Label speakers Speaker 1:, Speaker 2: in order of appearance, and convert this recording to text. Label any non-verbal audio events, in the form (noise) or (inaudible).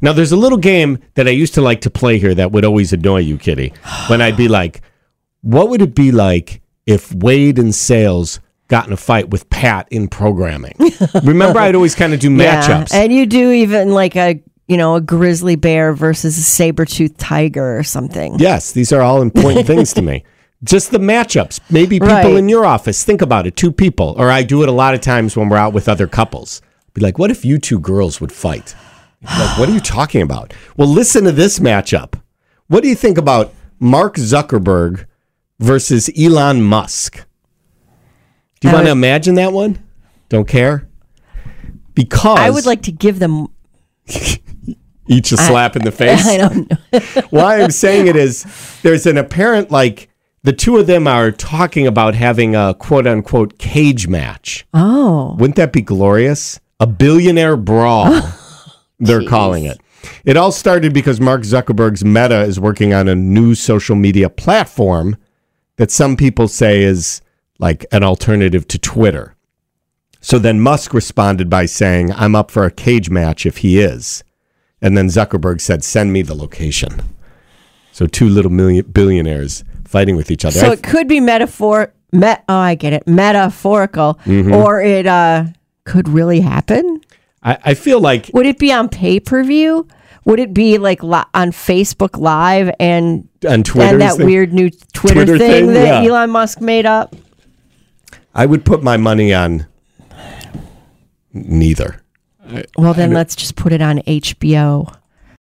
Speaker 1: Now, there's a little game that I used to like to play here that would always annoy you, Kitty. When I'd be like, what would it be like if Wade and Sales got in a fight with Pat in programming? Remember, I'd always kind of do matchups.
Speaker 2: and you do even like a you know a grizzly bear versus a saber toothed tiger or something.
Speaker 1: Yes, these are all
Speaker 2: (laughs)
Speaker 1: important things to me. Just the matchups. Maybe people
Speaker 2: Right.
Speaker 1: in your office think about it. Two people, or I do it a lot of times when we're out with other couples. Be like, what if you two girls would fight? Like, what are you talking about? Well, listen to this matchup. What do you think about Mark Zuckerberg versus Elon Musk? Do you
Speaker 2: I
Speaker 1: want to
Speaker 2: would-
Speaker 1: imagine that one? Don't care. Because
Speaker 2: I would like to give them. (laughs)
Speaker 1: each a slap in the face.
Speaker 2: I don't know.
Speaker 1: why I'm saying it is there's an apparent like the two of them are talking about having a quote unquote cage match.
Speaker 2: Oh,
Speaker 1: Wouldn't that be glorious? A billionaire
Speaker 2: (laughs)
Speaker 1: brawl, they're calling it. It all started because Mark Zuckerberg's Meta is working on a new social media platform that some people say is like an alternative to Twitter. So then Musk responded by saying, I'm up for a cage match if he is. And then Zuckerberg said, Send me the location. So two little million billionaires fighting with each other.
Speaker 2: so
Speaker 1: I-
Speaker 2: it could be metaphor. Met. Oh, I get it. Metaphorical,
Speaker 1: Mm-hmm.
Speaker 2: or it uh could really happen.
Speaker 1: I, I feel like
Speaker 2: Would it be on pay per view? Would it be like li- on Facebook Live and
Speaker 1: on Twitter,
Speaker 2: and that weird new Twitter,
Speaker 1: Twitter
Speaker 2: thing,
Speaker 1: thing,
Speaker 2: that
Speaker 1: yeah.
Speaker 2: Elon Musk made up?
Speaker 1: I would put my money on neither.
Speaker 2: Well, then let's just put it on HBO.